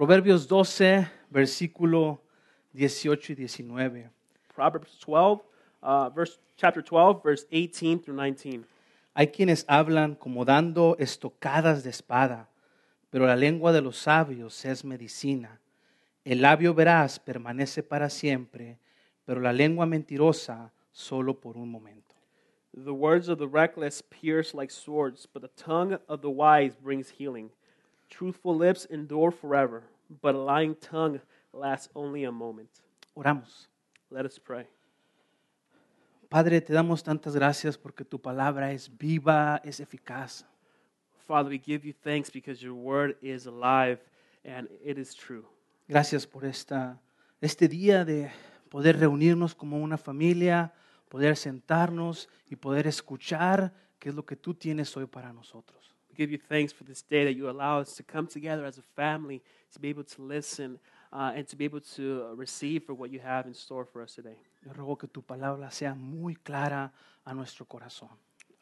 Proverbios 12, versículo 18 y 19. Proverbs 12, uh, verse, chapter 12, verse 18 through 19. Hay quienes hablan como dando estocadas de espada, pero la lengua de los sabios es medicina. El labio veraz permanece para siempre, pero la lengua mentirosa solo por un momento. The words of the reckless pierce like swords, but the tongue of the wise brings healing. Truthful lips endure forever, but a lying tongue lasts only a moment. Oramos. Let us pray. Padre, te damos tantas gracias porque tu palabra es viva, es eficaz. Father, we give you thanks because your word is alive and it is true. Gracias por esta, este día de poder reunirnos como una familia, poder sentarnos y poder escuchar qué es lo que tú tienes hoy para nosotros. We give you thanks for this day that you allow us to come together as a family to be able to listen uh, and to be able to receive for what you have in store for us today. Yo ruego que tu palabra sea muy clara a nuestro corazón.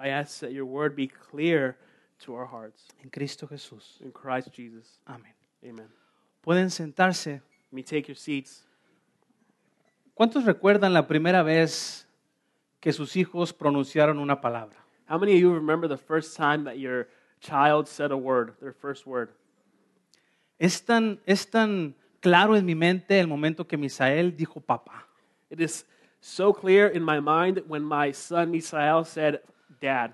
I ask that your word be clear to our hearts. En Cristo Jesús. In Christ Jesus. Amén. Amen. Pueden sentarse. You may take your seats. ¿Cuántos recuerdan la primera vez que sus hijos pronunciaron una palabra? How many of you remember the first time that your child said a word, their first word? Es tan, es tan claro en mi mente el momento que Misael dijo papá. It is so clear in my mind when my son Misael said, Dad.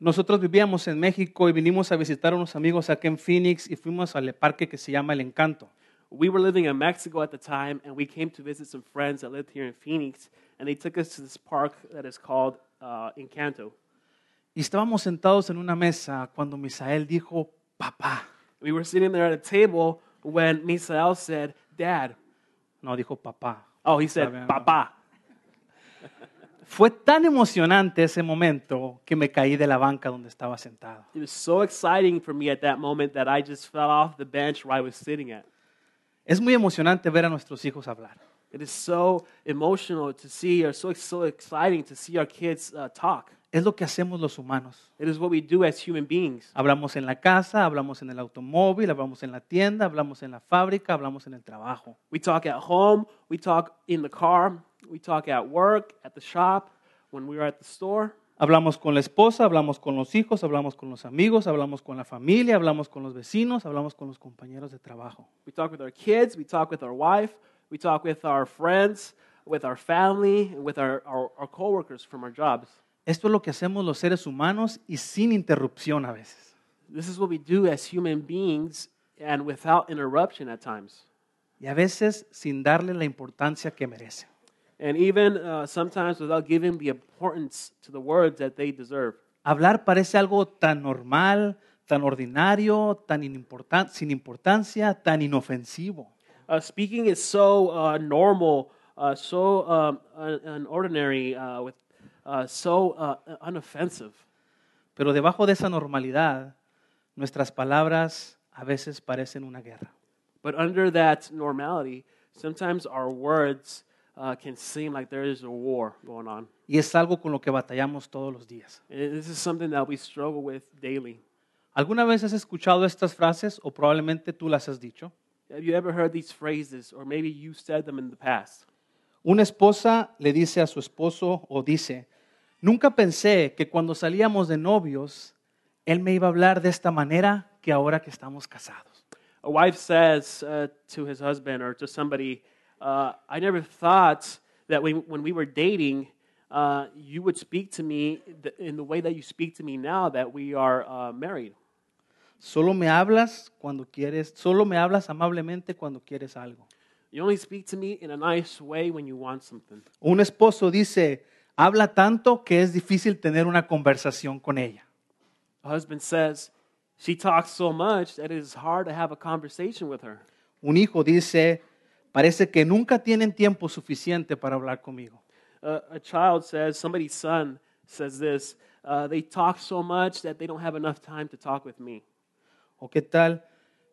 Nosotros vivíamos en México y vinimos a visitar a unos amigos acá en Phoenix y fuimos al parque que se llama El Encanto. We were living in Mexico at the time, and we came to visit some friends that lived here in Phoenix, and they took us to this park that is called uh, Encanto. Y estábamos sentados en una mesa cuando Misael dijo papá. We were sitting there at a table when Misael said, Dad. No, dijo papá. Oh, he said, Sabe, Papa. Fue tan emocionante ese momento que me caí de la banca donde estaba sentado. It was so exciting for me at that moment that I just fell off the bench where I was sitting at. Es muy emocionante ver a nuestros hijos hablar. It is so emotional to see, or so, so exciting to see our kids uh, talk. Es lo que hacemos los humanos. It is what we do as human beings. Hablamos en la casa, hablamos en el automóvil, hablamos en la tienda, hablamos en la fábrica, hablamos en el trabajo. We talk at home, we talk in the car, we talk at work, at the shop, when we are at the store. Hablamos con la esposa, hablamos con los hijos, hablamos con los amigos, hablamos con la familia, hablamos con los vecinos, hablamos con los compañeros de trabajo. We talk with our kids, we talk with our wife, we talk with our friends, with our family, with our, our, our coworkers from our jobs. Esto es lo que hacemos los seres humanos y sin interrupción a veces. This is what we do as human beings and without interruption at times. Y a veces sin darle la importancia que merece. And even uh, sometimes without giving the importance to the words that they deserve. Hablar parece algo tan normal, tan ordinario, tan inimportan- sin importancia, tan inofensivo. Uh, speaking is so uh, normal, uh, so um, un- un- ordinary, uh, with, uh, so uh, unoffensive. Pero debajo de esa normalidad, nuestras palabras a veces parecen una guerra. But under that normality, sometimes our words uh, can seem like there is a war going on. Y es algo con lo que batallamos todos los días. And this is something that we struggle with daily. ¿Alguna vez has escuchado estas frases o probablemente tú las has dicho? Have you ever heard these phrases, or maybe you said them in the past? Una esposa le dice a su esposo o dice, nunca pensé que cuando salíamos de novios, él me iba a hablar de esta manera que ahora que estamos casados. a wife says uh, to his husband or to somebody, uh, I never thought that when, when we were dating, uh, you would speak to me th- in the way that you speak to me now that we are uh, married. Solo me hablas cuando quieres, solo me hablas amablemente cuando quieres algo. You only speak to me in a nice way when you want something. Un esposo dice, habla tanto que es difícil tener una conversación con ella. A husband says, She talks so much that it is hard to have a conversation with her. Un hijo dice, parece que nunca tienen tiempo suficiente para hablar conmigo. Uh, a child says, Somebody's son says this, uh, They talk so much that they don't have enough time to talk with me. ¿O qué tal?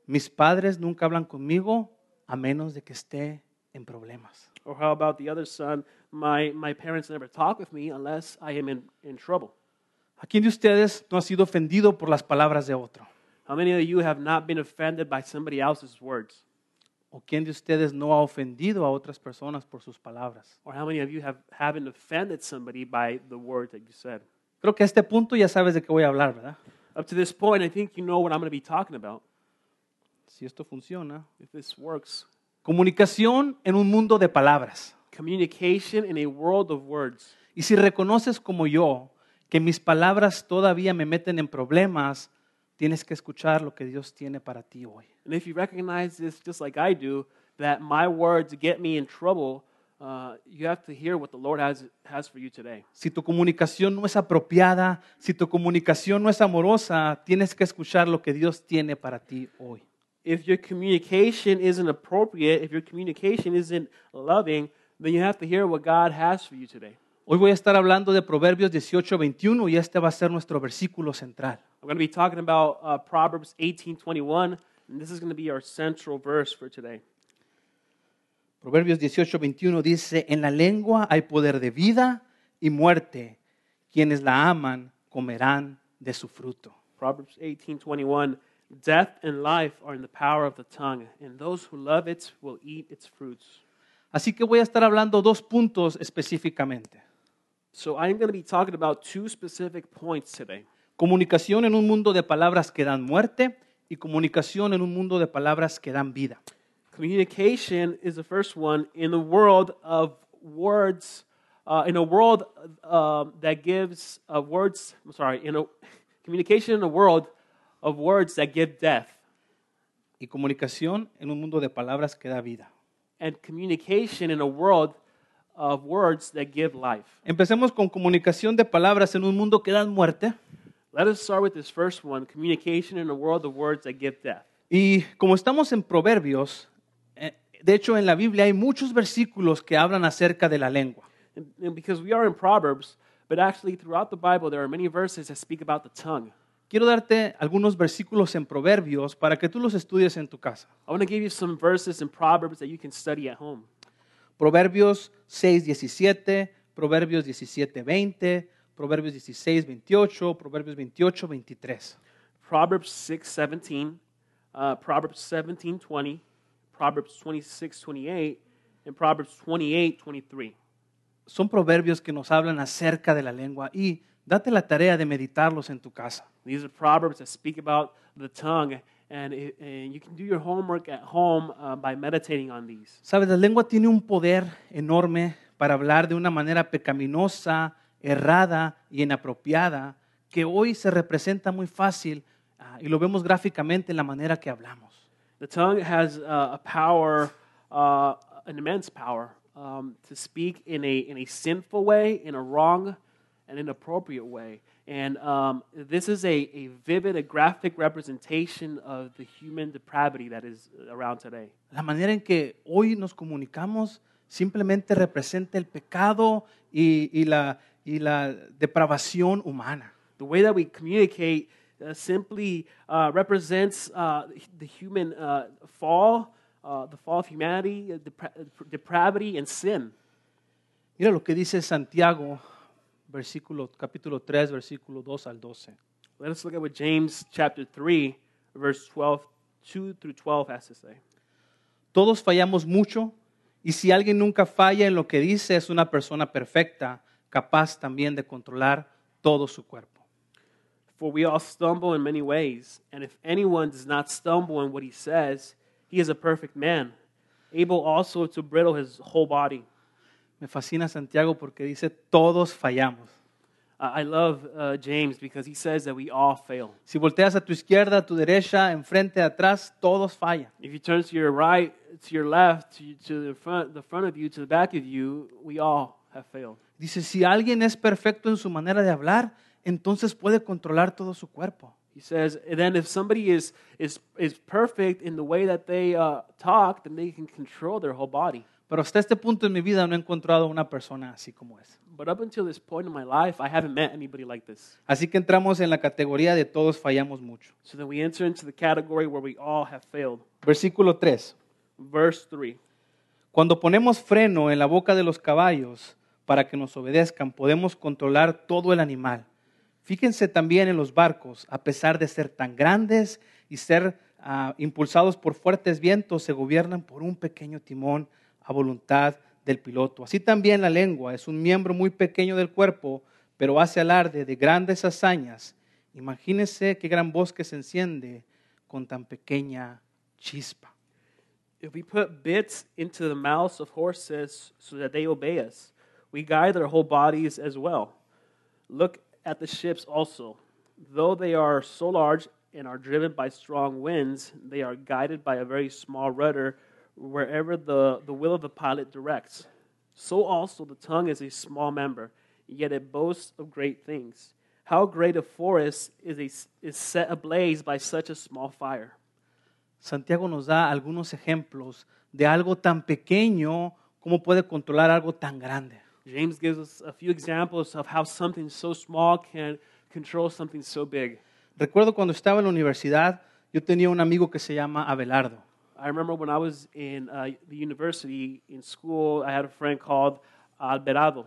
Mis padres nunca hablan conmigo a menos de que esté en problemas. Or how about the other son? My, my parents never talk with me unless I am in, in trouble. ¿A quién de ustedes no ha sido ofendido por las palabras de otro? How many of you have not been offended by somebody else's words? ¿O quién de ustedes no ha ofendido a otras personas por sus palabras? Or how many of you have, haven't offended somebody by the word that you said? Creo que a este punto ya sabes de qué voy a hablar, ¿verdad? Up to this point, I think you know what I'm going to be talking about. Si esto funciona. If this works, Comunicación en un mundo de palabras. communication in a world of words. Y si reconoces como yo que mis palabras todavía me meten en problemas, tienes que escuchar lo que Dios tiene para ti hoy. And if you recognize this, just like I do, that my words get me in trouble, uh, you have to hear what the Lord has, has for you today. Si tu comunicación no es apropiada, si tu comunicación no es amorosa, tienes que escuchar lo que Dios tiene para ti hoy. If your communication isn't appropriate, if your communication isn't loving, then you have to hear what God has for you today. Hoy voy a estar hablando de Proverbios 18, 21 y este va a ser nuestro versículo central. I'm going to be talking about uh, Proverbs 18:21, and this is going to be our central verse for today. Proverbios 18, 21 dice, en la lengua hay poder de vida y muerte. Quienes la aman comerán de su fruto. Proverbs 18:21, death and life are in the power of the tongue, and those who love it will eat its fruits. Así que voy a estar hablando dos puntos específicamente. So I'm going to be talking about two specific points today. Comunicación en un mundo de palabras que dan muerte y comunicación en un mundo de palabras que dan vida. Communication is the first one in the world of words, uh, in a world um that gives uh, words. I'm sorry, in a communication in a world of words that give death, Y comunicación en un mundo de palabras que da vida. and communication in a world of words that give life. Empecemos con comunicación de palabras en un mundo que dan muerte. Let us start with this first one: communication in a world of words that give death. Y como estamos en Proverbios, eh, de hecho en la Biblia hay muchos versículos que hablan acerca de la lengua. And, and because we are in Proverbs, but actually throughout the Bible, there are many verses that speak about the tongue. Quiero darte algunos versículos en Proverbios para que tú los estudies en tu casa. I want to give you some verses in Proverbs that you can study at home. Proverbios 6, 17, Proverbios 17, 20, Proverbios 16, 28, Proverbios 28, 23. Proverbs 6, 17, uh, Proverbs 17, 20, Proverbs 26, 28, and Proverbs 28, 23. Son proverbios que nos hablan acerca de la lengua y date la tarea de meditarlos en tu casa. These are Proverbs that speak about the tongue, and, it, and you can do your homework at home uh, by meditating on these. Sabes, la lengua tiene un poder enorme para hablar de una manera pecaminosa, errada y inapropiada, que hoy se representa muy fácil ah, y lo vemos gráficamente en la manera que hablamos. The tongue has uh, a power, uh, an immense power, um, to speak in a, in a sinful way, in a wrong and inappropriate way. And um, this is a, a vivid, a graphic representation of the human depravity that is around today. La manera en que hoy nos comunicamos simplemente representa el pecado y, y la, y la depravación humana. The way that we communicate uh, simply uh, represents uh, the human uh, fall, uh, the fall of humanity, uh, depra- depravity, and sin. Mira lo que dice Santiago, versículo, capítulo 3, versículo 2 al 12. Let us look at what James chapter 3, verse 12, 2 through 12 has to say. Todos fallamos mucho y si alguien nunca falla en lo que dice es una persona perfecta, capaz también de controlar todo su cuerpo. For we all stumble in many ways, and if anyone does not stumble in what he says, he is a perfect man, able also to bridle his whole body. Me fascina Santiago porque dice todos fallamos. I I love uh, James because he says that we all fail. Si volteas a tu izquierda, a tu derecha, enfrente, atrás, todos fallan. If you turn to your right, to your left, to, to the front, the front of you, to the back of you, we all have failed. Dice, si alguien es perfecto en su manera de hablar, entonces puede controlar todo su cuerpo. He says, and then if somebody is is is perfect in the way that they uh, talk, then they can control their whole body. Pero hasta este punto en mi vida no he encontrado a una persona así como es. But up until this point in my life, I haven't met anybody like this. Así que entramos en la categoría de todos fallamos mucho. So then we enter into the category where we all have failed. Versículo 3. Verse 3 Cuando ponemos freno en la boca de los caballos para que nos obedezcan, podemos controlar todo el animal. Fíjense también en los barcos, a pesar de ser tan grandes y ser ah, impulsados por fuertes vientos, se gobiernan por un pequeño timón a voluntad del piloto. Así también la lengua es un miembro muy pequeño del cuerpo, pero hace alarde de grandes hazañas. Imagínese qué gran bosque se enciende con tan pequeña chispa. If we put bits into the mouths of horses so that they obey us, we guide their whole bodies as well. Look at the ships also. Though they are so large and are driven by strong winds, they are guided by a very small rudder wherever the, the will of the pilot directs. So also the tongue is a small member, yet it boasts of great things. How great a forest is, a, is set ablaze by such a small fire. Santiago nos da algunos ejemplos de algo tan pequeño como puede controlar algo tan grande. James gives us a few examples of how something so small can control something so big. Recuerdo cuando estaba en la universidad, yo tenía un amigo que se llama Abelardo. I remember when I was in uh, the university, in school, I had a friend called Alberado.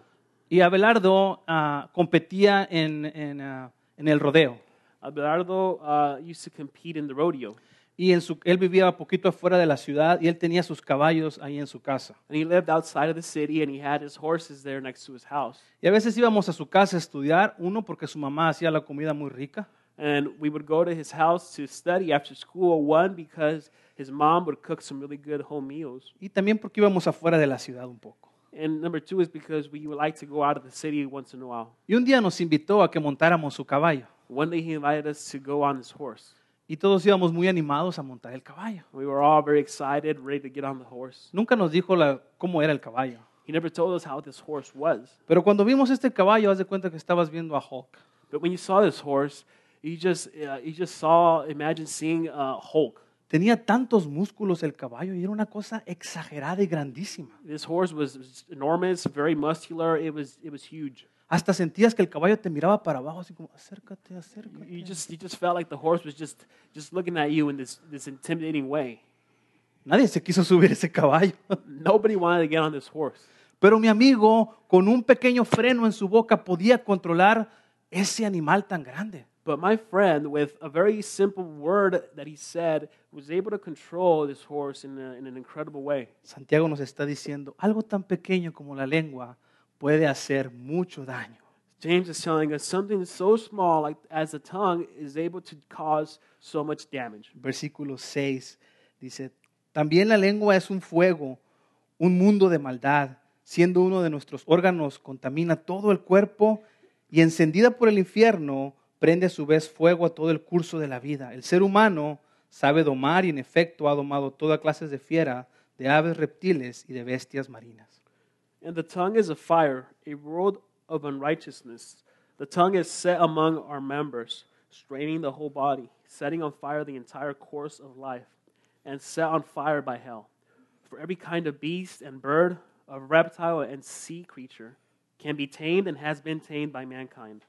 Y Abelardo ah, competía en, en, ah, en el rodeo. Alberado uh, used to compete in the rodeo, Y en su- él vivía poquito afuera de la ciudad y él tenía sus caballos ahí en su casa. and he lived outside of the city, and he had his horses there next to his house. Y a veces íbamos a su casa a estudiar, uno porque su mamá hacía la comida muy rica, And we would go to his house to study after school, one, because his mom would cook some really good home meals, y también porque íbamos afuera de la ciudad un poco. and number two is because we would like to go out of the city once in a while. Y un día nos invitó a que montáramos su caballo. One day he invited us to go on his horse. Y todos íbamos muy animados a montar el caballo. We were all very excited, ready to get on the horse. Nunca nos dijo la- cómo era el caballo. He never told us how this horse was. Pero cuando vimos este caballo, haz de cuenta que estabas viendo a Hulk. But when you saw this horse, you just uh, you just saw, imagine seeing uh, Hulk. Tenía tantos músculos el caballo y era una cosa exagerada y grandísima. This horse was, was enormous, very muscular. It was it was huge. Hasta sentías que el caballo te miraba para abajo, así como, acércate, acércate. You just you just felt like the horse was just just looking at you in this this intimidating way. Nadie se quiso subir ese caballo. Nobody wanted to get on this horse. Pero mi amigo, con un pequeño freno en su boca, podía controlar ese animal tan grande. But my friend, with a very simple word that he said, was able to control this horse in, a, in an incredible way. Santiago nos está diciendo, algo tan pequeño como la lengua puede hacer mucho daño. James is telling us something so small like as the tongue is able to cause so much damage. Versículo 6 dice, también la lengua es un fuego, un mundo de maldad, siendo uno de nuestros órganos, contamina todo el cuerpo y encendida por el infierno, prende a su vez fuego a todo el curso de la vida. El ser humano sabe domar y en efecto ha domado toda clase de fiera, de aves, reptiles y de bestias marinas. And the tongue is a fire, a world of unrighteousness. The tongue is set among our members, straining the whole body, setting on fire the entire course of life, and set on fire by hell. For every kind of beast and bird, of reptile and sea creature, can be tamed and has been tamed by mankind.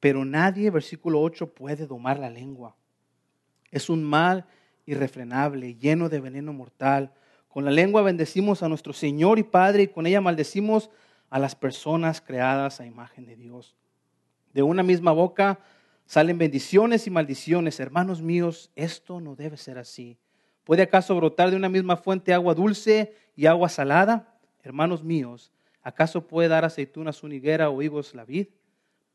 Pero nadie, versículo 8, puede domar la lengua. Es un mal irrefrenable, lleno de veneno mortal. Con la lengua bendecimos a nuestro Señor y Padre y con ella maldecimos a las personas creadas a imagen de Dios. De una misma boca salen bendiciones y maldiciones. Hermanos míos, esto no debe ser así. ¿Puede acaso brotar de una misma fuente agua dulce y agua salada? Hermanos míos, ¿acaso puede dar aceitunas una higuera o higos la vid?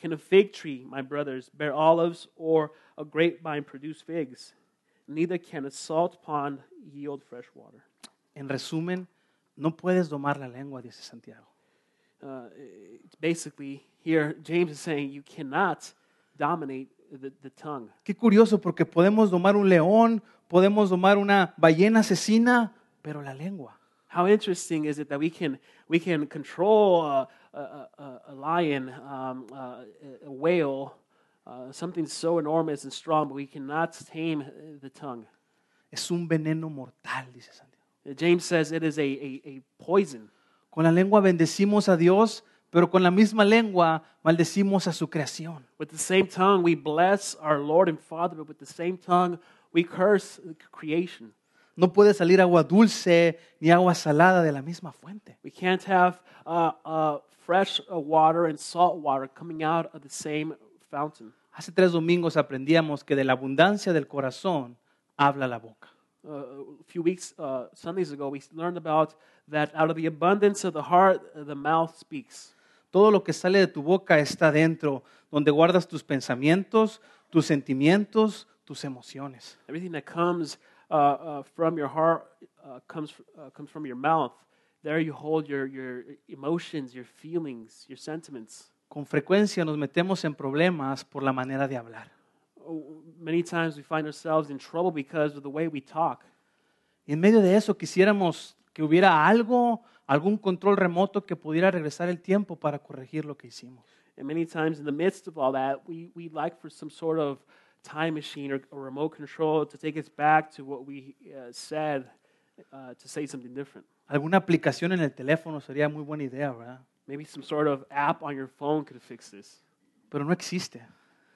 Can a fig tree, my brothers, bear olives, or a grapevine produce figs? Neither can a salt pond yield fresh water. En resumen, no puedes domar la lengua, dice Santiago. Uh, it's basically, here James is saying you cannot dominate the, the tongue. Qué curioso, porque podemos domar un león, podemos domar una ballena asesina, pero la lengua. How interesting is it that we can we can control a, a, a, a lion, um, uh, a whale, uh, something so enormous and strong, but we cannot tame the tongue. es un veneno mortal, dice Santiago. James says it is a, a, a poison. Con la lengua bendecimos a Dios, pero con la misma lengua maldecimos a su creación. With the same tongue, we bless our Lord and Father, but with the same tongue, we curse the creation. No puede salir agua dulce ni agua salada de la misma fuente. We can't have uh, uh, fresh uh, water and salt water coming out of the same fountain. Hace tres domingos aprendíamos que de la abundancia del corazón habla la boca. Uh, a few weeks, uh, Sundays ago, we learned about that out of the abundance of the heart, uh, the mouth speaks. Todo lo que sale de tu boca está dentro, donde guardas tus pensamientos, tus sentimientos, tus emociones. Everything that comes uh, uh, from your heart uh, comes, uh, comes from your mouth. There you hold your, your emotions, your feelings, your sentiments. Con frecuencia nos metemos en problemas por la manera de hablar. Oh, Many times we find ourselves in trouble because of the way we talk. Y en medio de eso quisiéramos que hubiera algo, algún control remoto que pudiera regresar el tiempo para corregir lo que hicimos. And many times, in the midst of all that, we, we like for some sort of time machine or, or remote control to take us back to what we uh, said uh, to say something different. Alguna aplicación en el teléfono sería muy buena idea, ¿verdad? Maybe some sort of app on your phone could fix this. Pero no existe.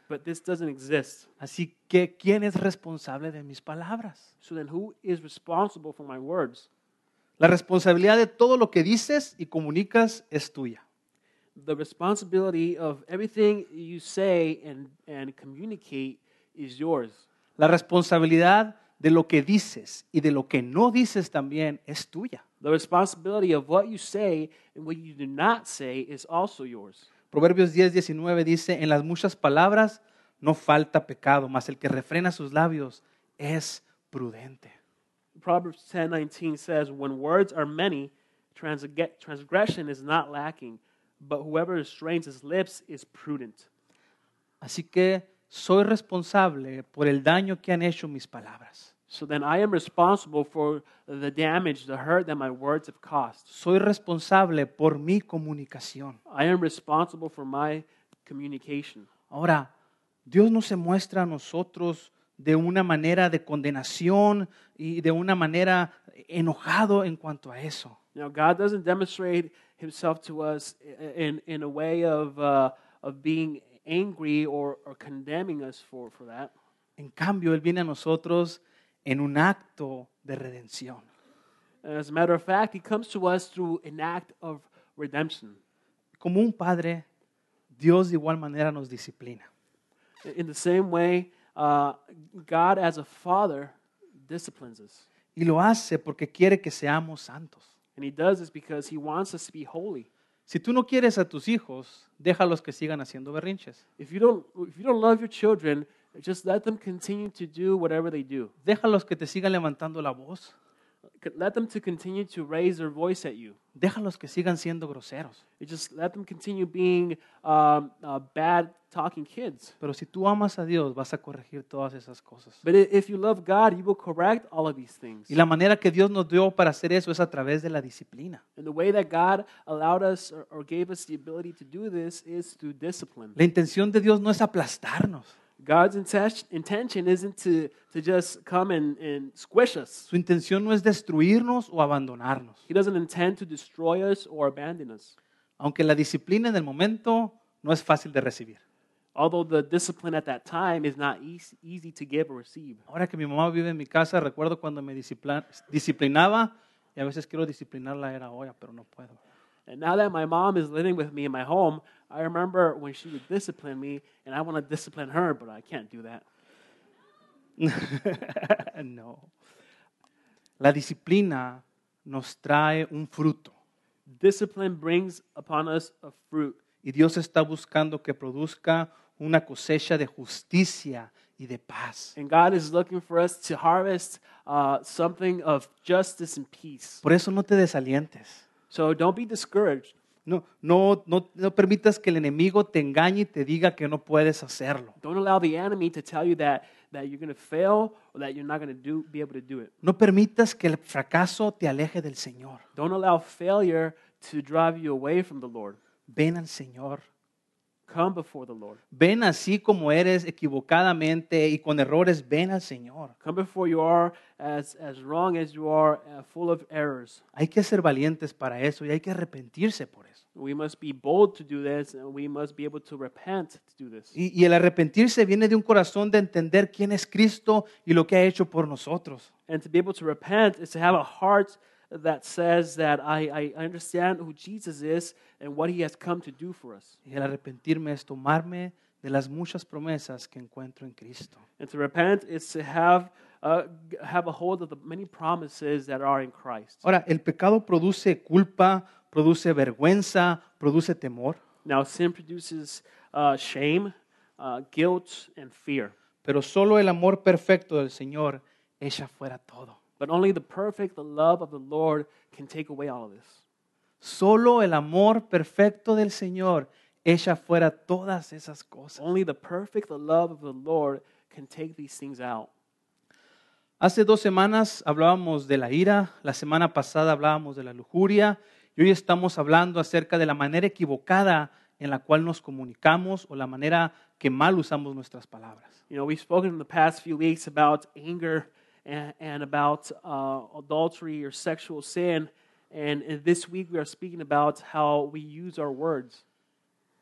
But this doesn't exist. Así que, ¿quién es responsable de mis palabras? So then, who is responsible for my words? La responsabilidad de todo lo que dices y comunicas es tuya. The responsibility of everything you say and, and communicate is yours. La responsabilidad de lo que dices y de lo que no dices también es tuya. The responsibility of what you say and what you do not say is also yours. Proverbios 10, 19 dice, en las muchas palabras no falta pecado, mas el que refrena sus labios es prudente. Proverbs 10:19 says, "When words are many, transge- transgression is not lacking, but whoever restrains his lips is prudent." Así que soy responsable por el daño que han hecho mis palabras. So then I am responsible for the damage, the hurt that my words have caused. Soy responsable por mi comunicación. I am responsible for my communication. Ahora, Dios no se muestra a nosotros de una manera de condenación y de una manera enojado en cuanto a eso. Now God doesn't demonstrate himself to us in in a way of uh, of being angry or, or condemning us for, for that. En cambio, Él viene a nosotros en un acto de redención. As a matter of fact, he comes to us through an act of redemption. Como un padre, Dios de igual manera nos disciplina. In the same way, uh, God as a father disciplines us. Y lo hace porque quiere que seamos santos. And he does this because he wants us to be holy. Si tú no quieres a tus hijos, déjalos que sigan haciendo berrinches. If you don't if you don't love your children, just let them continue to do whatever they do. Déjalos que te sigan levantando la voz. Let them to continue to raise their voice at you. Déjalos que sigan siendo groseros. Just let them continue being um, uh, bad talking kids. Pero si tú amas a Dios, vas a corregir todas esas cosas. But i- if you love God, you will correct all of these things. Y la manera que Dios nos dio para hacer eso es a través de la disciplina. And the way that God allowed us or, or gave us the ability to do this is through discipline. La intención de Dios no es aplastarnos. God's intes- intention isn't to, to just come and, and squish us. Su intención no es destruirnos o abandonarnos. He doesn't intend to destroy us or abandon us. Aunque la disciplina en el momento no es fácil de recibir. Although the discipline at that time is not easy, easy to give or receive. Ahora que mi mamá vive en mi casa, recuerdo cuando me discipla- disciplinaba y a veces quiero disciplinarla era ahora, pero no puedo. And now that my mom is living with me in my home, I remember when she would discipline me, and I want to discipline her, but I can't do that. no. La disciplina nos trae un fruto Discipline brings upon us a fruit, y Dios está buscando que produzca una cosecha de justicia y de paz. and God is looking for us to harvest uh, something of justice and peace. Por eso no te desalientes. So don't be discouraged. No, no, no, no permitas que el enemigo te engañe y te diga que no puedes hacerlo. Don't allow the enemy to tell you that that you're going to fail or that you're not going to do be able to do it. No permitas que el fracaso te aleje del Señor. Don't allow failure to drive you away from the Lord. Ven al Señor Come before the Lord. Ven así como eres equivocadamente y con errores, ven al Señor. Come before you are as, as wrong as you are, uh, full of errors. Hay que ser valientes para eso y hay que arrepentirse por eso. We must be bold to do this, and we must be able to repent to do this. Y, y el arrepentirse viene de un corazón de entender quién es Cristo y lo que ha hecho por nosotros. And to be able to repent is to have a heart that says that I, I understand who Jesus is and what he has come to do for us. Y el arrepentirme es tomarme de las muchas promesas que encuentro en Cristo. And to repent is to have, uh, g- have a hold of the many promises that are in Christ. Ahora, el pecado produce culpa, produce vergüenza, produce temor, Now, sin produces uh, shame, uh, guilt, and fear. pero solo el amor perfecto del Señor echa fuera todo. But only the perfect love of the Lord can take away all of this. Solo el amor perfecto del Señor echa fuera todas esas cosas. Only the perfect love of the Lord can take these things out. Hace dos semanas hablábamos de la ira, la semana pasada hablábamos de la lujuria y hoy estamos hablando acerca de la manera equivocada en la cual nos comunicamos o la manera que mal usamos nuestras palabras. You know, we've spoken in the past few weeks about anger and, and about uh, adultery or sexual sin. And, and this week we are speaking about how we use our words.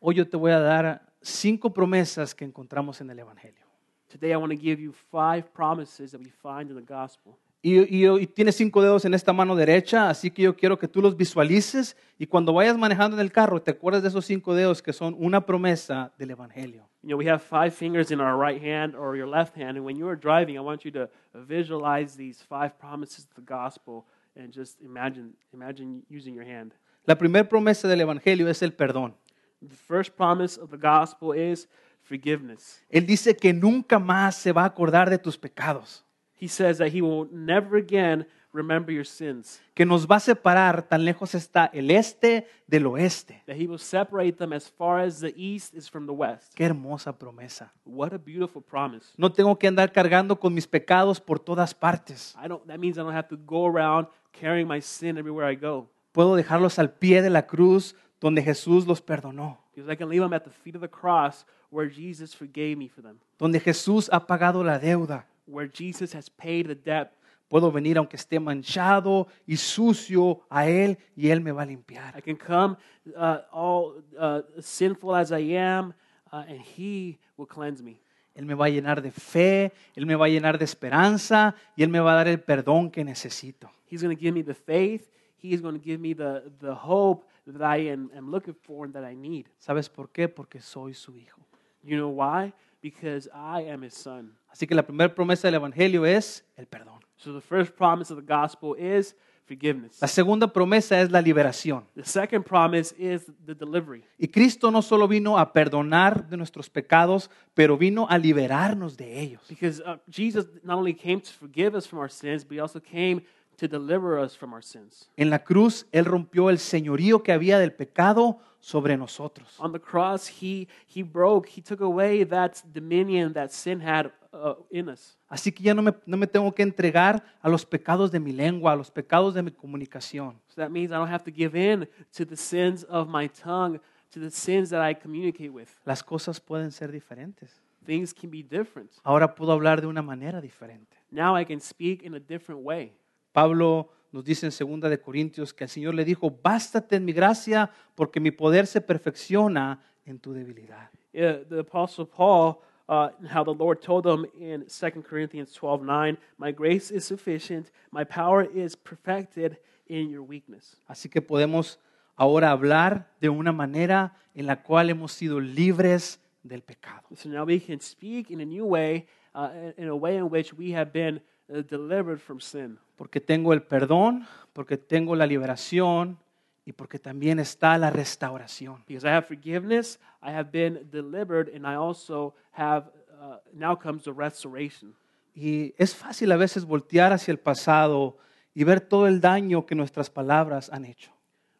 Hoy yo te voy a dar cinco promesas que encontramos en el Evangelio. Today I want to give you five promises that we find in the gospel. Y, y- y tiene cinco dedos en esta mano derecha, así que yo quiero que tú los visualices y cuando vayas manejando en el carro te acuerdes de esos cinco dedos que son una promesa del Evangelio. You know, we have five fingers in our right hand or your left hand. And when you are driving, I want you to visualize these five promises of the gospel and just imagine, imagine using your hand. La primera promesa del Evangelio es el perdón. The first promise of the gospel is forgiveness. Él dice que nunca más se va a acordar de tus pecados, He says that he will never again remember your sins, que nos va a separar tan lejos está el este del oeste. that he will separate them as far as the east is from the west. Qué hermosa promesa. What a beautiful promise. No tengo que andar cargando con mis pecados por todas partes. I don't that means I don't have to go around carrying my sin everywhere I go Puedo dejarlos al pie de la cruz donde Jesús los perdonó, because I can leave them at the feet of the cross where Jesus forgave me for them, donde Jesús ha pagado la deuda. where Jesus has paid the debt. Puedo venir aunque esté manchado y sucio a Él y Él me va a I limpiar. can come uh, all uh, sinful as I am uh, and he will cleanse me. Él me va a llenar de fe, Él me va a llenar de esperanza y Él me va a dar el perdón que necesito. He's going to give me the faith. He is going to give me the, the hope that I am, am looking for and that I need. ¿Sabes por qué? Porque soy su hijo. You know why? Because I am his son. Así que la primera promesa del Evangelio es el perdón. So the first promise of the gospel is forgiveness. La segunda promesa es la liberación. The second promise is the delivery. Y Cristo no solo vino a perdonar de nuestros pecados, pero vino a liberarnos de ellos. Because uh, Jesus not only came to forgive us from our sins, but he also came to deliver us from our sins. En la cruz Él rompió el señorío que había del pecado sobre nosotros. On the cross, he, he broke, he took away that dominion that sin had uh, in us. Así que ya no me, no me tengo que entregar a los pecados de mi lengua, a los pecados de mi comunicación. So that means I don't have to give in to the sins of my tongue, to the sins that I communicate with. Las cosas pueden ser diferentes. Things can be different. Ahora puedo hablar de una manera diferente. Now I can speak in a different way. Pablo nos dice en segunda de Corintios que el Señor le dijo, bástate en mi gracia porque mi poder se perfecciona en tu debilidad. Uh, the Apostle Paul, uh, how the Lord told him in 2 Corinthians 12 9, My grace is sufficient, my power is perfected in your weakness. Así que podemos ahora hablar de una manera en la cual hemos sido libres del pecado. So now we can speak in a new way, uh, in a way in which we have been uh, delivered from sin. Porque tengo el perdón, porque tengo la liberación y porque también está la restauración. because I have forgiveness, I have been delivered, and I also have uh, now comes the restoration. Y es fácil a veces voltear hacia el pasado y ver todo el daño que nuestras palabras han hecho.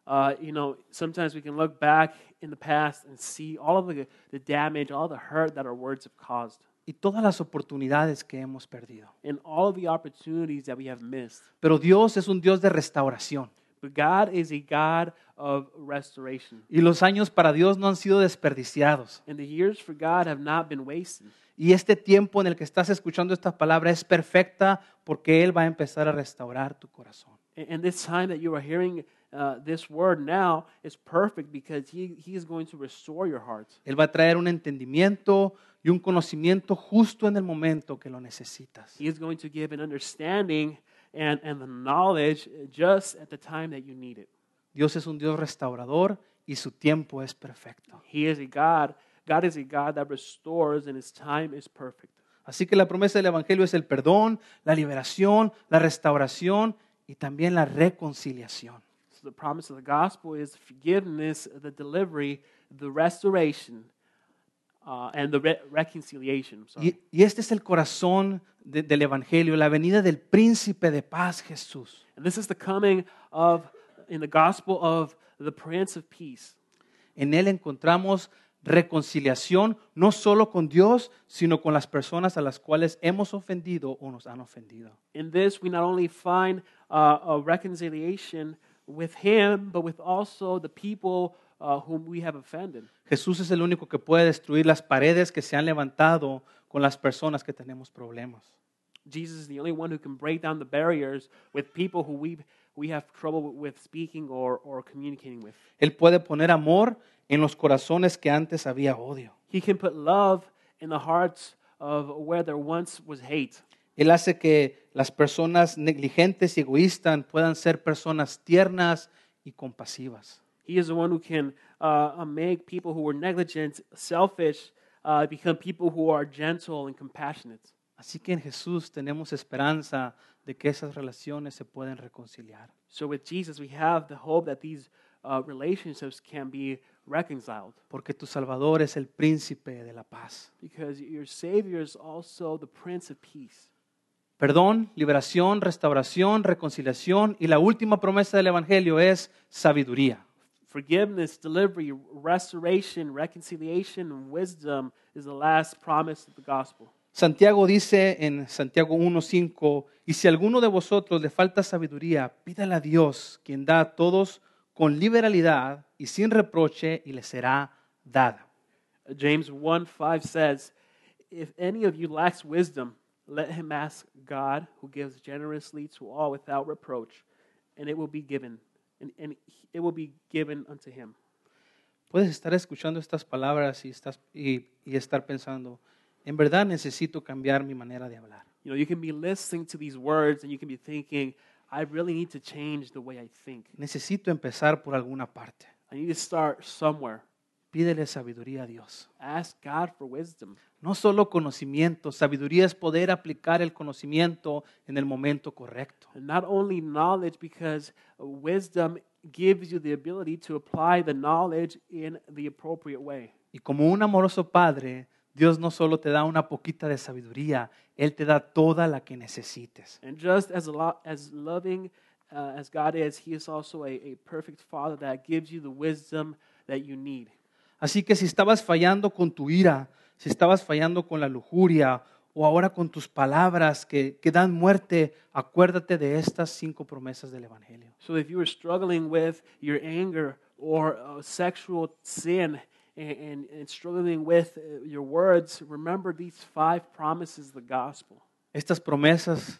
Uh, you know, sometimes we can look back in the past and see all of the, the damage, all the hurt that our words have caused, y todas las oportunidades que hemos perdido. and all of the opportunities that we have missed. Pero Dios es un Dios de restauración. But God is a God of restoration. Y los años para Dios no han sido desperdiciados. And the years for God have not been wasted. Y este tiempo en el que estás escuchando esta palabra es perfecta porque Él va a empezar a restaurar tu corazón. And- And this time that you are hearing uh, this word now is perfect because he, he is going to restore your heart. Él va a traer un entendimiento y un conocimiento justo en el momento que lo necesitas. He is going to give an understanding and, and the knowledge just at the time that you need it. Dios es un Dios restaurador y su tiempo es perfecto. He is a God. God is a God that restores and his time is perfect. Así que la promesa del Evangelio es el perdón, la liberación, la restauración y también la reconciliación. So the promise of the gospel is forgiveness, the delivery, the restoration, uh, and the re- reconciliation. I'm sorry. Y, y este es el corazón de- del Evangelio, la venida del príncipe de paz, Jesús. And this is the coming of, in the gospel of the Prince of Peace. En él encontramos reconciliación no solo con Dios, sino con las personas a las cuales hemos ofendido o nos han ofendido. In this, we not only find uh, a reconciliation with Him, but with also the people uh, whom we have offended. Jesús es el único que puede destruir las paredes que se han levantado con las personas que tenemos problemas. Jesus is the only one who can break down the barriers with people who we we have trouble with speaking or, or communicating with. Él puede poner amor en los corazones que antes había odio. He can put love in the hearts of where there once was hate. Él hace que las personas negligentes y egoístas puedan ser personas tiernas y compasivas. He is the one who can uh, uh, make people who were negligent, selfish, uh, become people who are gentle and compassionate. Así que en Jesús tenemos esperanza de que esas relaciones se pueden reconciliar. So with Jesus, we have the hope that these uh, relationships can be reconciled Porque tu Salvador es el príncipe de la paz. because your Savior is also the Prince of Peace. Perdón, liberación, restauración, reconciliación y la última promesa del Evangelio es sabiduría. Forgiveness, delivery, restoration, reconciliation, and wisdom is the last promise of the gospel. Santiago dice en Santiago 1.5, y si a alguno de vosotros le falta sabiduría, pídala a Dios, quien da a todos con liberalidad y sin reproche, y le será dada. Uh, James 1 5 says, If any of you lacks wisdom, let him ask God, who gives generously to all without reproach, and it will be given, and, and he- it will be given unto him. Puedes estar escuchando estas palabras y, estás- y- y estar pensando, en verdad necesito cambiar mi manera de hablar. You know, you can be listening to these words and you can be thinking, I really need to change the way I think. Necesito empezar por alguna parte. I need to start somewhere. Pídele sabiduría a Dios. Ask God for wisdom. No solo conocimiento, sabiduría es poder aplicar el conocimiento en el momento correcto. And not only knowledge, because wisdom gives you the ability to apply the knowledge in the appropriate way. Y como un amoroso padre, Dios no solo te da una poquita de sabiduría, Él te da toda la que necesites. And just as, a lot, as loving uh, as God is, He is also a, a perfect Father that gives you the wisdom that you need. Así que si estabas fallando con tu ira, si estabas fallando con la lujuria o ahora con tus palabras que, que dan muerte, acuérdate de estas cinco promesas del Evangelio. So if you were struggling with your anger or uh, sexual sin and, and, and struggling with uh, your words, remember these five promises of the gospel. Estas promesas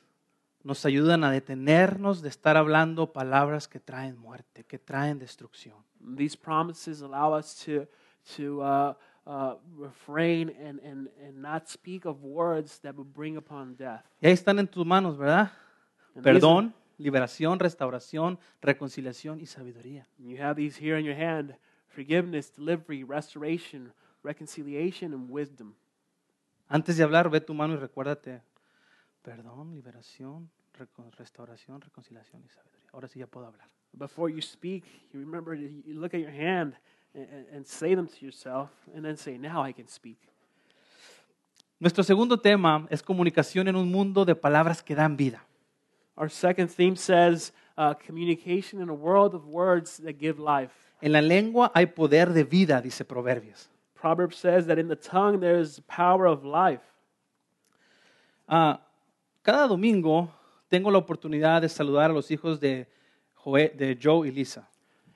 nos ayudan a detenernos de estar hablando palabras que traen muerte, que traen destrucción. These promises allow us to, to uh, uh, refrain and, and, and not speak of words that would bring upon death. Y ahí están en tus manos, ¿verdad? And these are- Perdón, liberación, restauración, reconciliación y sabiduría. you have these here in your hand forgiveness, delivery, restoration, reconciliation, and wisdom. Antes de hablar, ve tu mano y recuérdate. Perdón, liberación, reco- restauración, reconciliación y sabiduría. Ahora sí ya puedo hablar. before you speak, you remember to you look at your hand and, and say them to yourself, and then say, "Now I can speak." Nuestro segundo tema es comunicación en un mundo de palabras que dan vida. Our second theme says uh, communication in a world of words that give life. En la lengua hay poder de vida, dice Proverbios. Proverbs says that in the tongue there is power of life. Ah, cada domingo tengo la oportunidad de saludar a los hijos de Jo- Joe, de Joe y Lisa.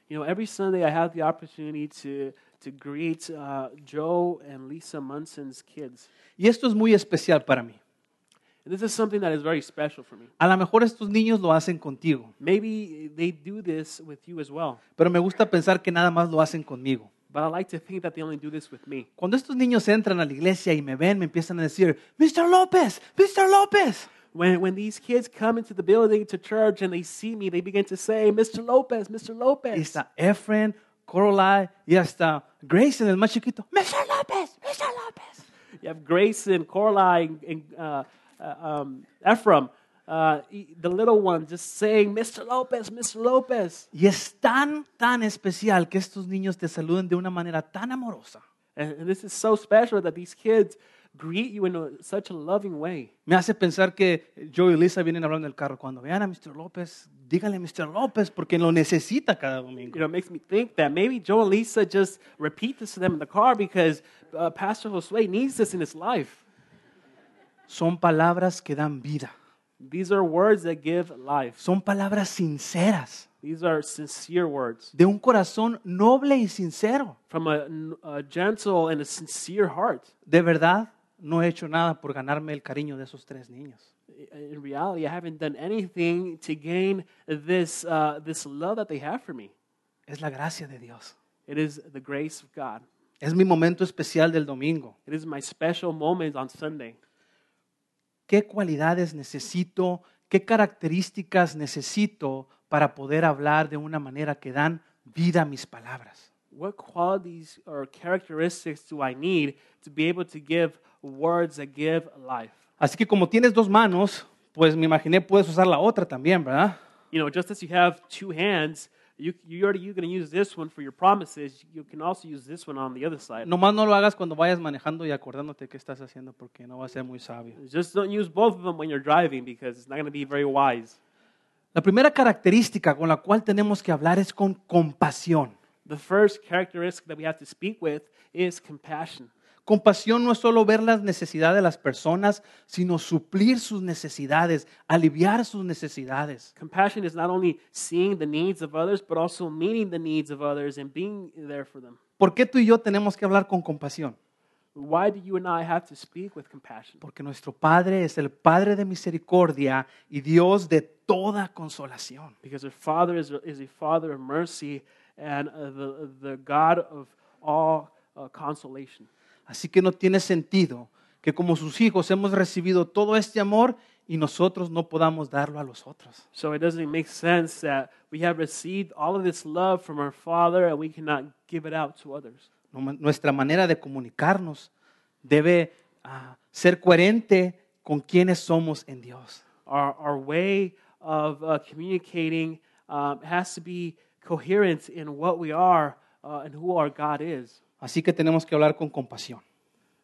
You know, every Sunday I have the opportunity to, to greet uh, Joe and Lisa Munson's kids. Y esto es muy especial para mí. And this is something that is very special for me. A lo mejor estos niños lo hacen contigo, Maybe they do this with you as well, pero me gusta pensar que nada más lo hacen conmigo. but I like to think that they only do this with me. Cuando estos niños entran a la iglesia y me ven, me empiezan a decir, Mr. López, Mr. López. When, when these kids come into the building to church and they see me, they begin to say, Mr. Lopez, Mr. Y Lopez. está Efren, Coraline y hasta Grayson, el más chiquito. Mr. López, Mr. López. You have Grayson, Coraline, and uh, uh, um, Ephraim, uh, e- the little one, just saying, Mr. Lopez, Mr. Lopez. Y es tan, tan especial que estos niños te saluden de una manera tan amorosa. And, and this is so special that these kids greet you in a, such a loving way. Me hace pensar que yo y Lisa vienen hablando del carro. Cuando vean a Mr. López, díganle Mr. López porque lo necesita cada domingo. You know, it makes me think that maybe Joe and Lisa just repeat this to them in the car because uh, Pastor Josue needs this in his life. Son palabras que dan vida. These are words that give life. Son palabras sinceras, These are sincere words de un corazón noble y sincero. from a, a gentle and a sincere heart. De verdad, no he hecho nada por ganarme el cariño de esos tres niños. in reality, I haven't done anything to gain this, uh, this love that they have for me. Es la gracia de Dios. It is the grace of God. Es mi momento especial del domingo. It is my special moment on Sunday. ¿Qué cualidades necesito? ¿Qué características necesito para poder hablar de una manera que dan vida a mis palabras? What qualities or characteristics do I need to be able to give words that give life? Así que como tienes dos manos, pues me imaginé puedes usar la otra también, ¿verdad? You know, just as you have two hands, you, you're, already- you're going to use this one for your promises. You can also use this one on the other side. Nomás no lo hagas cuando vayas manejando y acordándote qué estás haciendo porque no va a ser muy sabio. Just don't use both of them when you're driving because it's not going to be very wise. La primera característica con la cual tenemos que hablar es con compasión. The first characteristic that we have to speak with is compassion. Compasión no es solo ver las necesidades de las personas, sino suplir sus necesidades, aliviar sus necesidades. Compassion is not only seeing the needs of others, but also meeting the needs of others and being there for them. ¿Por qué tú y yo tenemos que hablar con compasión? Why do you and I have to speak with compassion? Porque nuestro Padre es el Padre de misericordia y Dios de toda consolación. Because our Father is, is a Father of mercy and uh, the, the God of all uh, consolation. Así que no tiene sentido que como sus hijos hemos recibido todo este amor y nosotros no podamos darlo a los otros. So it doesn't make sense that we have received all of this love from our Father and we cannot give it out to others. No- Nuestra manera de comunicarnos debe ah, ser coherente con quienes somos en Dios. Our, our way of uh, communicating um, has to be coherent in what we are uh, and who our God is. Así que tenemos que hablar con compasión.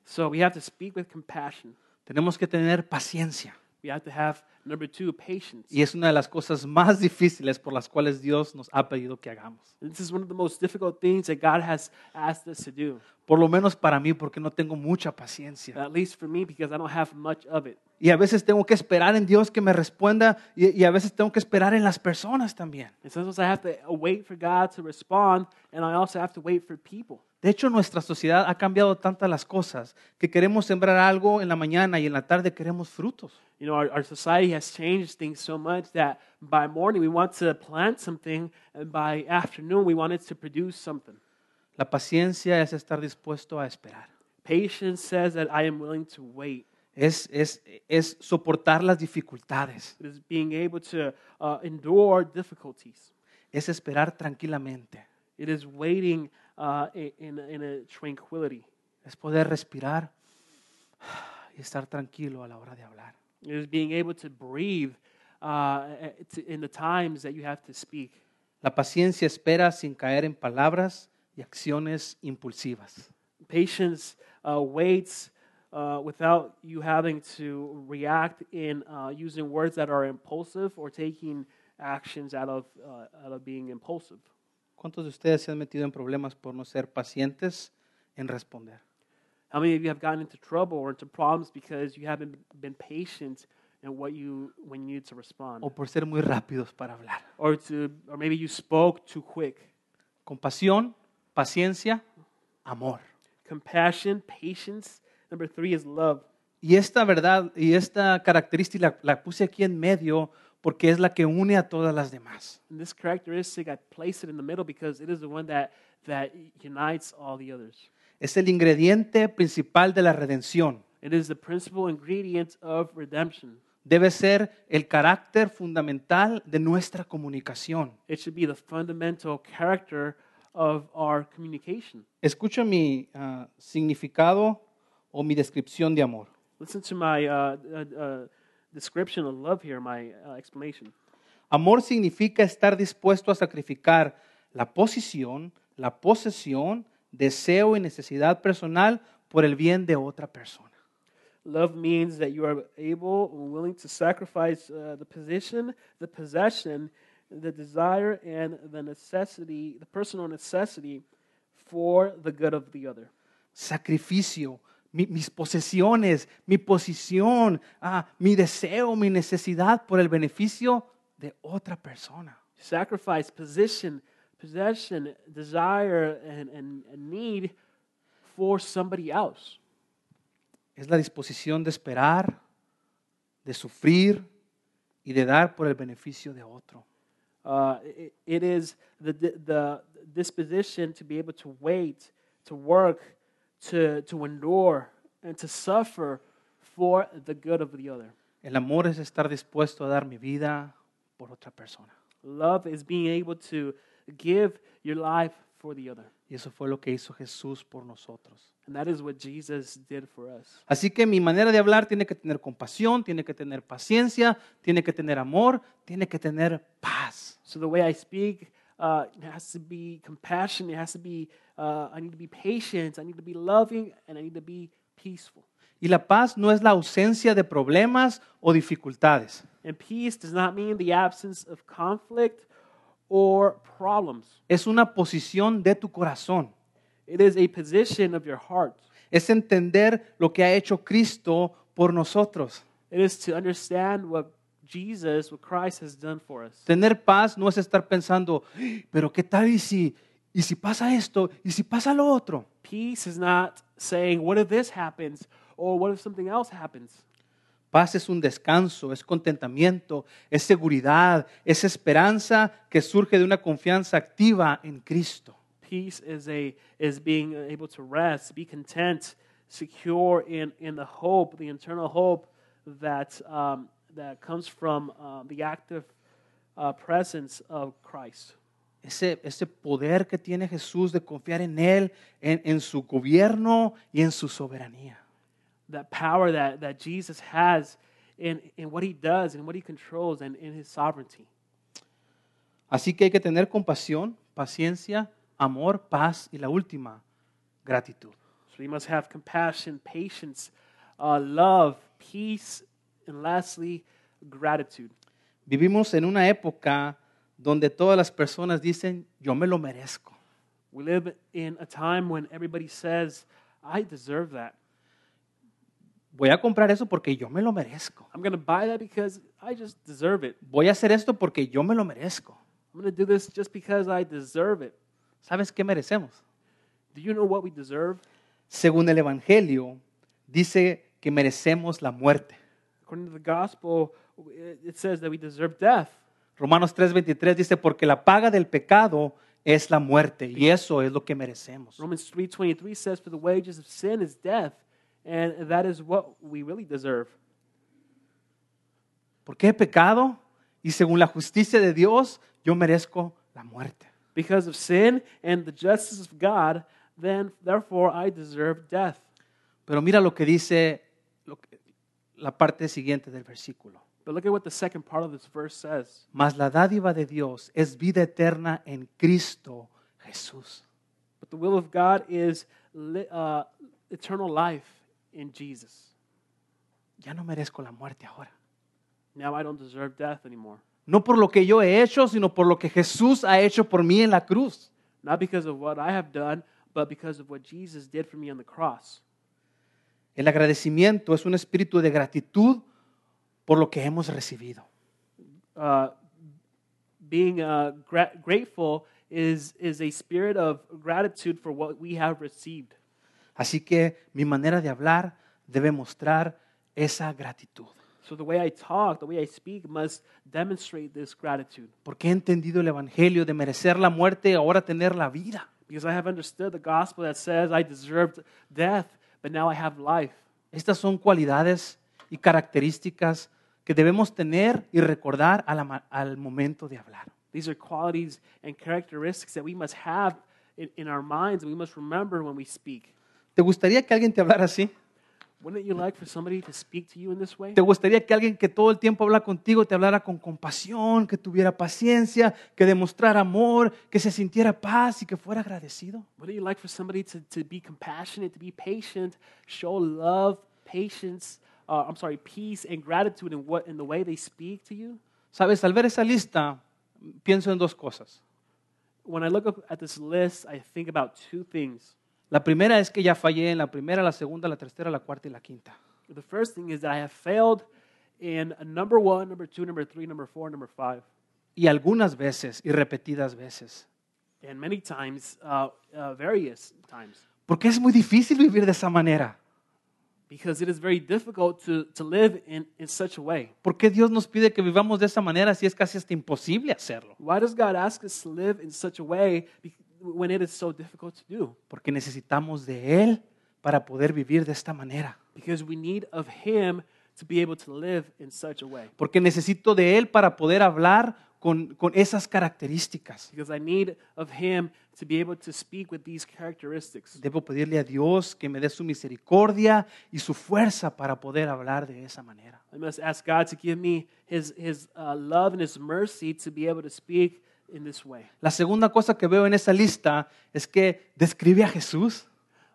So we have to speak with compassion. Tenemos que tener paciencia. We have to have, number two, patience. Y es una de las cosas más difíciles por las cuales Dios nos ha pedido que hagamos. This is one of the most difficult things that God has asked us to do, Por lo menos para mí, porque no tengo mucha paciencia. at least for me, because I don't have much of it. Y a veces tengo que esperar en Dios que me responda y, y a veces tengo que esperar en las personas también. And sometimes I have to wait for God to respond, and I also have to wait for people. De hecho, nuestra sociedad ha cambiado tantas las cosas que queremos sembrar algo en la mañana y en la tarde queremos frutos. You know, our, our society has changed things so much that by morning we want to plant something, and by afternoon we want it to produce something. La paciencia es estar dispuesto a esperar. Patience says that I am willing to wait. Es, es, es soportar las dificultades. It is being able to uh, endure difficulties. Es esperar tranquilamente. It is waiting uh, in, in, in a tranquility. Es poder respirar y estar tranquilo a la hora de hablar. It is being able to breathe uh, to, in the times that you have to speak. La paciencia espera sin caer en palabras y acciones impulsivas. Patience uh, waits uh, without you having to react in uh, using words that are impulsive or taking actions out of, uh, out of being impulsive. ¿Cuántos de ustedes se han metido en problemas por no ser pacientes en responder? How many of you have gotten into trouble or into problems because you haven't been patient and what you when you need to respond, o por ser muy rápidos para hablar. or to or maybe you spoke too quick. Compasión, paciencia, amor. Compassion, patience. Number three is love. Y esta verdad y esta característica la, la puse aquí en medio porque es la que une a todas las demás. And this characteristic, I place it in the middle because it is the one that that unites all the others. Es el ingrediente principal de la redención. It is the principal ingredient of redemption. Debe ser el carácter fundamental de nuestra comunicación. It should be the fundamental character of our communication. Escucha mi ah, significado o mi descripción de amor. Listen to my uh, uh, uh, description of love here, my uh, explanation. Amor significa estar dispuesto a sacrificar la posición, la posesión, deseo y necesidad personal por el bien de otra persona. Love means that you are able and willing to sacrifice uh, the position, the possession, the desire, and the necessity, the personal necessity for the good of the other. Sacrificio, mi- mis posesiones, mi posición, ah, mi deseo, mi necesidad por el beneficio de otra persona. Sacrifice, position, possession, desire, and, and, and need for somebody else. Es la disposición de esperar, de sufrir y de dar por el beneficio de otro. Uh, it, it is the, the, the disposition to be able to wait, to work, to, to endure, and to suffer for the good of the other. El amor es estar dispuesto a dar mi vida por otra persona. Love is being able to give your life for the other. Y eso fue lo que hizo Jesús por nosotros. And that is what Jesus did for us. Así que mi manera de hablar tiene que tener compasión, tiene que tener paciencia, tiene que tener amor, tiene que tener paz. So the way I speak uh, it has to be compassionate, it has to be, uh, I need to be patient, I need to be loving, and I need to be peaceful. Y la paz no es la ausencia de problemas o dificultades. And peace does not mean the absence of conflict or problems. Es una posición de tu corazón. It is a position of your heart. Es entender lo que ha hecho Cristo por nosotros. It is to understand what Jesus, what Christ has done for us. Tener paz no es estar pensando, "Ah, pero qué tal y si, y si pasa esto, y si pasa lo otro. Peace is not saying, what if this happens? Or what if something else happens? Paz es un descanso, es contentamiento, es seguridad, es esperanza que surge de una confianza activa en Cristo. Peace is, a, is being able to rest, be content, secure in, in the hope, the internal hope that, um, that comes from uh, the active uh, presence of Christ. Ese, ese poder que tiene Jesús de confiar en Él, en, en su gobierno y en su soberanía. that power that, that Jesus has in, in what he does and what he controls and in his sovereignty. Así que hay que tener compasión, paciencia, amor, paz y la última, gratitud. So we must have compassion, patience, uh, love, peace, and lastly, gratitude. Vivimos en una época donde todas las personas dicen, yo me lo merezco. We live in a time when everybody says, I deserve that. Voy a comprar eso porque yo me lo merezco. I'm going to buy that because I just deserve it. voy a hacer esto porque yo me lo merezco. I'm going to do this just because I deserve it. ¿Sabes qué merecemos? Do you know what we deserve? Según el Evangelio, dice que merecemos la muerte. According to the gospel, it it says that we deserve death. Romanos 3:23 dice, porque la paga del pecado es la muerte y eso es lo que merecemos. Romans 3:23 says for the wages of sin is death, and that is what we really deserve. Porque he pecado y según la justicia de Dios, yo merezco la muerte. Because of sin and the justice of God, then therefore I deserve death. Pero mira lo que dice lo que- la parte siguiente del versículo. But look at what the second part of this verse says. Mas la dádiva de Dios es vida eterna en Cristo Jesús. But the will of God is li- uh, eternal life in Jesus. Ya no merezco la muerte ahora. Now I don't deserve death anymore. No por lo que yo he hecho, sino por lo que Jesús ha hecho por mí en la cruz. Not because of what I have done, but because of what Jesus did for me on the cross. El agradecimiento es un espíritu de gratitud por lo que hemos recibido. Uh, being uh, gra- grateful is, is a spirit of gratitude for what we have received. Así que mi manera de hablar debe mostrar esa gratitud. So the way I talk, the way I speak must demonstrate this gratitude Porque he entendido el Evangelio de merecer la muerte y ahora tener la vida. because I have understood the gospel that says I deserved death, but now I have life. Estas son cualidades y características que debemos tener y recordar a la ma- al momento de hablar. These are qualities and characteristics that we must have in, in our minds and we must remember when we speak. ¿Te gustaría que alguien te hablara así? Wouldn't you like for somebody to speak to you in this way? ¿Te gustaría que alguien que todo el tiempo habla contigo te hablara con compasión, que tuviera paciencia, que demostrara amor, que se sintiera paz y que fuera agradecido? Wouldn't you like for somebody to, to be compassionate, to be patient, show love, patience, uh, I'm sorry, peace and gratitude in, what, in the way they speak to you? Sabes, al ver esa lista, pienso en dos cosas. When I look up at this list, I think about two things. La primera es que ya fallé en la primera, la segunda, la tercera, la cuarta y la quinta. The first thing is that I have failed in number one, number two, number three, number four, number five. Y algunas veces y repetidas veces. And many times, uh, uh, various times, Porque es muy difícil vivir de esa manera. because it is very difficult to, to live in, in such a way. ¿Por qué Dios nos pide que vivamos de esa manera si es casi hasta imposible hacerlo? Why does God ask us to live in such a way be- when it is so difficult to do? Porque necesitamos de Él para poder vivir de esta manera. because we need of him to be able to live in such a way Porque necesito de Él para poder hablar con, con esas características. because i need of him to be able to speak with these characteristics Debo pedirle a Dios que me dé su misericordia y su fuerza para poder hablar de esa manera. i must ask god to give me his, his uh, love and his mercy to be able to speak in this way La segunda cosa que veo en esa lista es que describe a Jesús.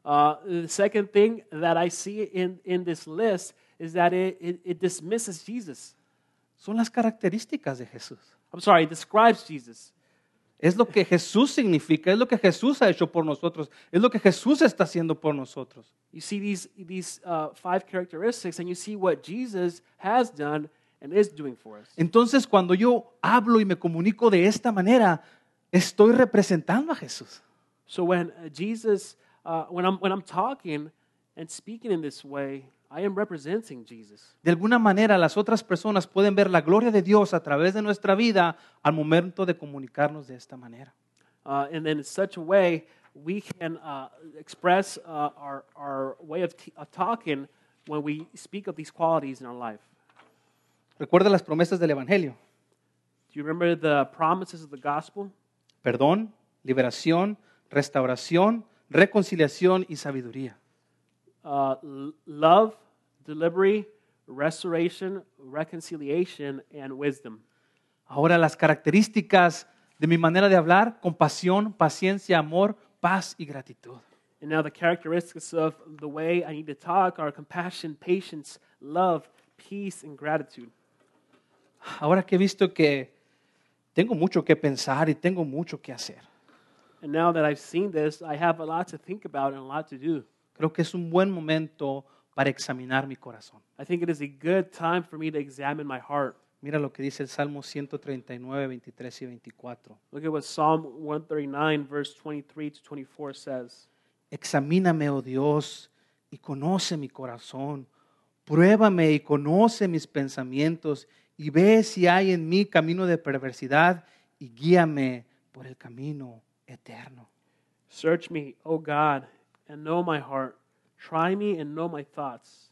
uh, the second thing that i see in, in this list is that it, it, it dismisses jesus Son las características de Jesús. i'm sorry it describes jesus Es lo que Jesús significa, es lo que Jesús ha hecho por nosotros, es lo que Jesús está haciendo por nosotros. you see these, these uh, five characteristics and you see what jesus has done and is doing for us Entonces, cuando yo hablo y me comunico de esta manera, estoy representando a Jesús. So when uh, Jesus, uh, when I'm when I'm talking and speaking in this way, I am representing Jesus. De alguna manera, las otras personas pueden ver la gloria de Dios a través de nuestra vida al momento de comunicarnos de esta manera. Uh, and then in such a way, we can uh, express uh, our our way of, t- of talking when we speak of these qualities in our life. Recuerda las promesas del Evangelio. Do you remember the promises of the gospel? Perdón, liberación, restauración, reconciliación y sabiduría. Uh, l- love, delivery, restoration, reconciliation, and wisdom. Ahora las características de mi manera de hablar, compasión, paciencia, amor, paz y gratitud. And now the characteristics of the way I need to talk are compassion, patience, love, peace, and gratitude. Ahora que he visto que tengo mucho que pensar y tengo mucho que hacer, And now that I've seen this, I have a lot to think about and a lot to do. creo que es un buen momento para examinar mi corazón. I think it is a good time for me to examine my heart. Mira lo que dice el Salmo 139, 23 y 24. Look at what Psalm 139, verse 23 to 24 says. Examíname, oh Dios, y conoce mi corazón. Pruébame y conoce mis pensamientos y ve si hay en mí camino de perversidad y guíame por el camino eterno. Search me, O God, and know my heart. Try me and know my thoughts,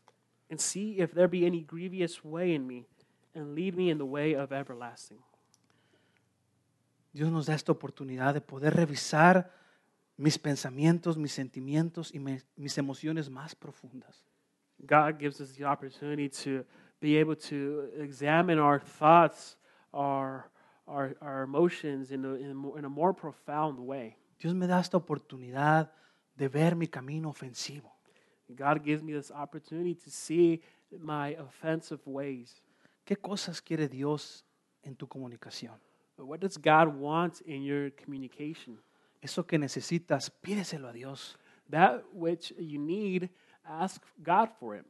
and see if there be any grievous way in me, and lead me in the way of everlasting. Dios nos da esta oportunidad de poder revisar mis pensamientos, mis sentimientos y me- mis emociones más profundas. God gives us the opportunity to be able to examine our thoughts, our, our, our emotions in a, in, a more, in a more profound way. Dios me da esta oportunidad de ver mi camino ofensivo. God gives me this opportunity to see my offensive ways. ¿Qué cosas quiere Dios en tu comunicación? What does God want in your communication? Eso que necesitas, pídeselo a Dios. That which you need, ask God for it.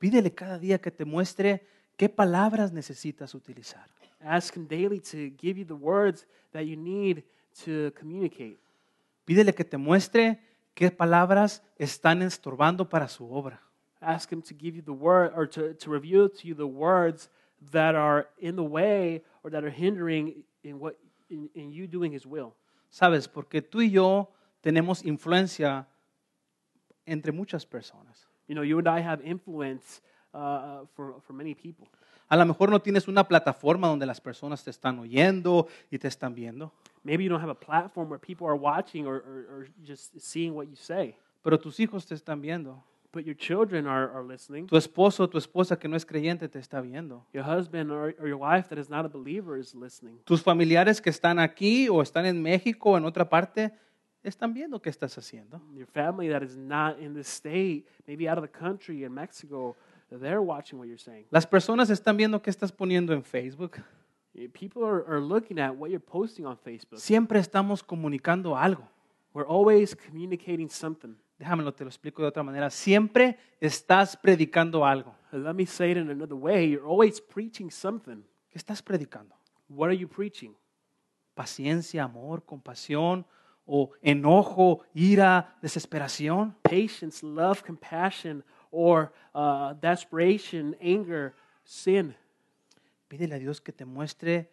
Pídele cada día que te muestre ¿Qué palabras necesitas utilizar? Ask Him daily to give you the words that you need to communicate. Pídele que te muestre qué palabras están estorbando para su obra. Ask Him to give you the word or to, to reveal to you the words that are in the way or that are hindering in what in, in you doing His will. Sabes, porque tú y yo tenemos influencia entre muchas personas. You know, you and I have influence uh, for, for many people. A lo mejor no tienes una plataforma donde las personas te están oyendo y te están viendo, Maybe you don't have a platform where people are watching or, or, or just seeing what you say, pero tus hijos te están viendo. but your children are, are listening. Tu esposo o tu esposa que no es creyente te está viendo. Your husband or, or your wife that is not a believer is listening. Tus familiares que están aquí o están en México o en otra parte están viendo qué estás haciendo. Your family that is not in the state, maybe out of the country in Mexico, they're watching what you're saying. Las personas están viendo qué estás poniendo en Facebook. Eh, People are, are looking at what you're posting on Facebook. Siempre estamos comunicando algo. We're always communicating something. Déjamelo, te lo explico de otra manera. Siempre estás predicando algo. Let me say it in another way. You're always preaching something. ¿Qué estás predicando? What are you preaching? Paciencia, amor, compasión o enojo, ira, desesperación. Patience, love, compassion, or uh, desperation, anger, sin. Pídele a Dios que te muestre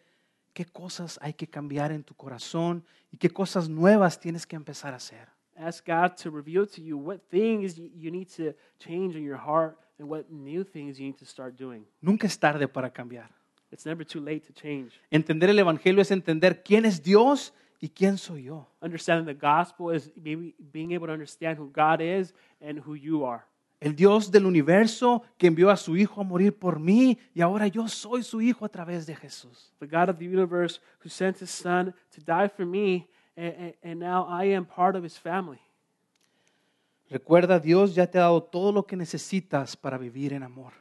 qué cosas hay que cambiar en tu corazón y qué cosas nuevas tienes que empezar a hacer. Ask God to reveal to you what things you you need to change in your heart and what new things you need to start doing. Nunca es tarde para cambiar. It's never too late to change. Entender el Evangelio es entender quién es Dios y quién soy yo. Understanding the gospel is maybe being able to understand who God is and who you are. El Dios del universo que envió a su Hijo a morir por mí y ahora yo soy su Hijo a través de Jesús. The God of the universe who sent his son to die for me, and, and, and now I am part of his family. Recuerda, Dios ya te ha dado todo lo que necesitas para vivir en amor.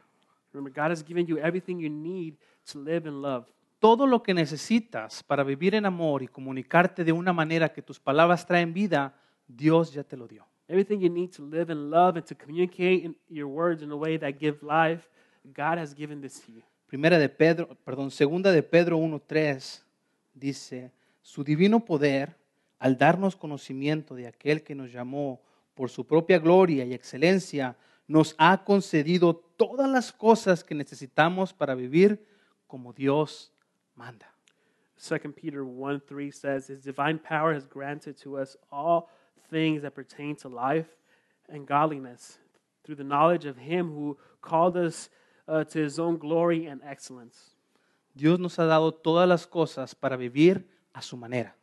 Remember, God has given you everything you need to live in love. Todo lo que necesitas para vivir en amor y comunicarte de una manera que tus palabras traen vida, Dios ya te lo dio. Everything you need to live in love and to communicate in your words in a way that give life, God has given this to you. Primera de Pedro, perdón, segunda de Pedro 1:3 dice, su divino poder al darnos conocimiento de aquel que nos llamó por su propia gloria y excelencia nos ha concedido todas las cosas que necesitamos para vivir como Dios manda. 2 Peter 1 3 says, His divine power has granted to us all things that pertain to life and godliness through the knowledge of Him who called us uh, to His own glory and excellence. Dios nos ha dado todas las cosas para vivir a su manera,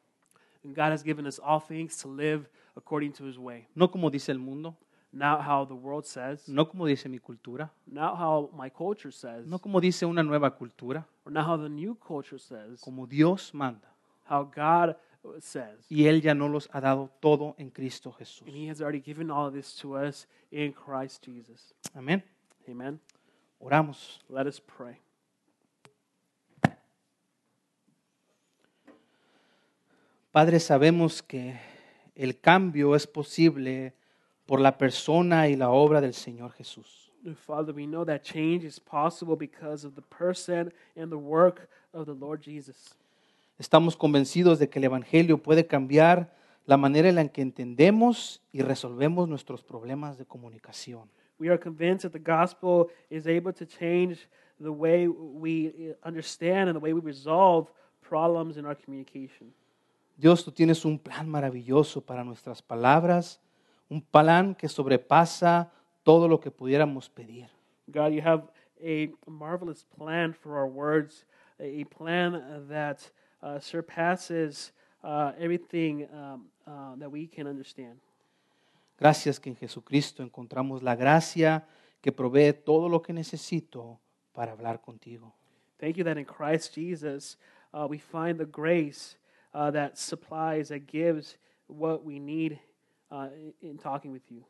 And God has given us all things to live according to His way. no como dice el mundo, Not how the world says, no como dice mi cultura, not how my culture says, no como dice una nueva cultura, or not how the new culture says, como Dios manda. how God says. Y Él ya nos los ha dado todo en Cristo Jesús. And He has already given all of this to us in Christ Jesus. Amén. Amen. Oramos. Let us pray. Padre, sabemos que el cambio es posible por la persona y la obra del Señor Jesús. Father, we know that change is possible because of the person and the work of the Lord Jesus. Estamos convencidos de que el Evangelio puede cambiar la manera en la que entendemos y resolvemos nuestros problemas de comunicación. We are convinced that the gospel is able to change the way we understand and the way we resolve problems in our communication. Dios, tú tienes un plan maravilloso para nuestras palabras, un plan que sobrepasa todo lo que pudiéramos pedir. God, you have a marvelous plan for our words, a plan that uh, surpasses uh, everything um, uh, that we can understand. Gracias que en Jesucristo encontramos la gracia que provee todo lo que necesito para hablar contigo. Thank you that in Christ Jesus uh, we find the grace uh, that supplies, that gives what we need uh, in- in talking with you.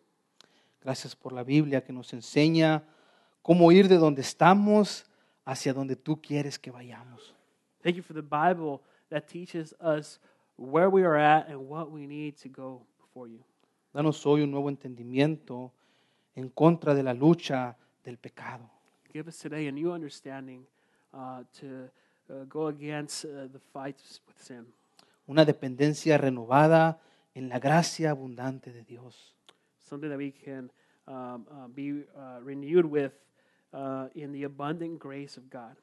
Gracias por la Biblia que nos enseña cómo ir de donde estamos hacia donde tú quieres que vayamos. Thank you for the Bible that teaches us where we are at and what we need to go before you. Danos hoy un nuevo entendimiento en contra de la lucha del pecado. Give us today a new understanding uh, to uh, go against uh, the fights with sin, una dependencia renovada en la gracia abundante de Dios. something that we can um, uh, be uh, renewed with uh, in the abundant grace of God.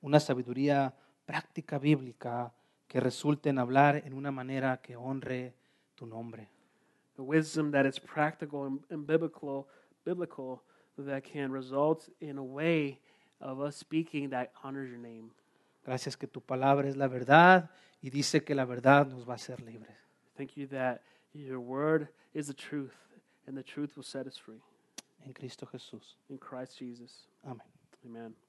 una sabiduría práctica bíblica que resulte en hablar en una manera que honre tu nombre. the wisdom that is practical and, and biblical, biblical that can result in a way of us speaking that honors your name. Gracias que tu palabra es la verdad y dice que la verdad nos va a hacer libres. Thank you that your word is the truth, and the truth will set us free. En Cristo Jesús. In Christ Jesus, Amén. amen.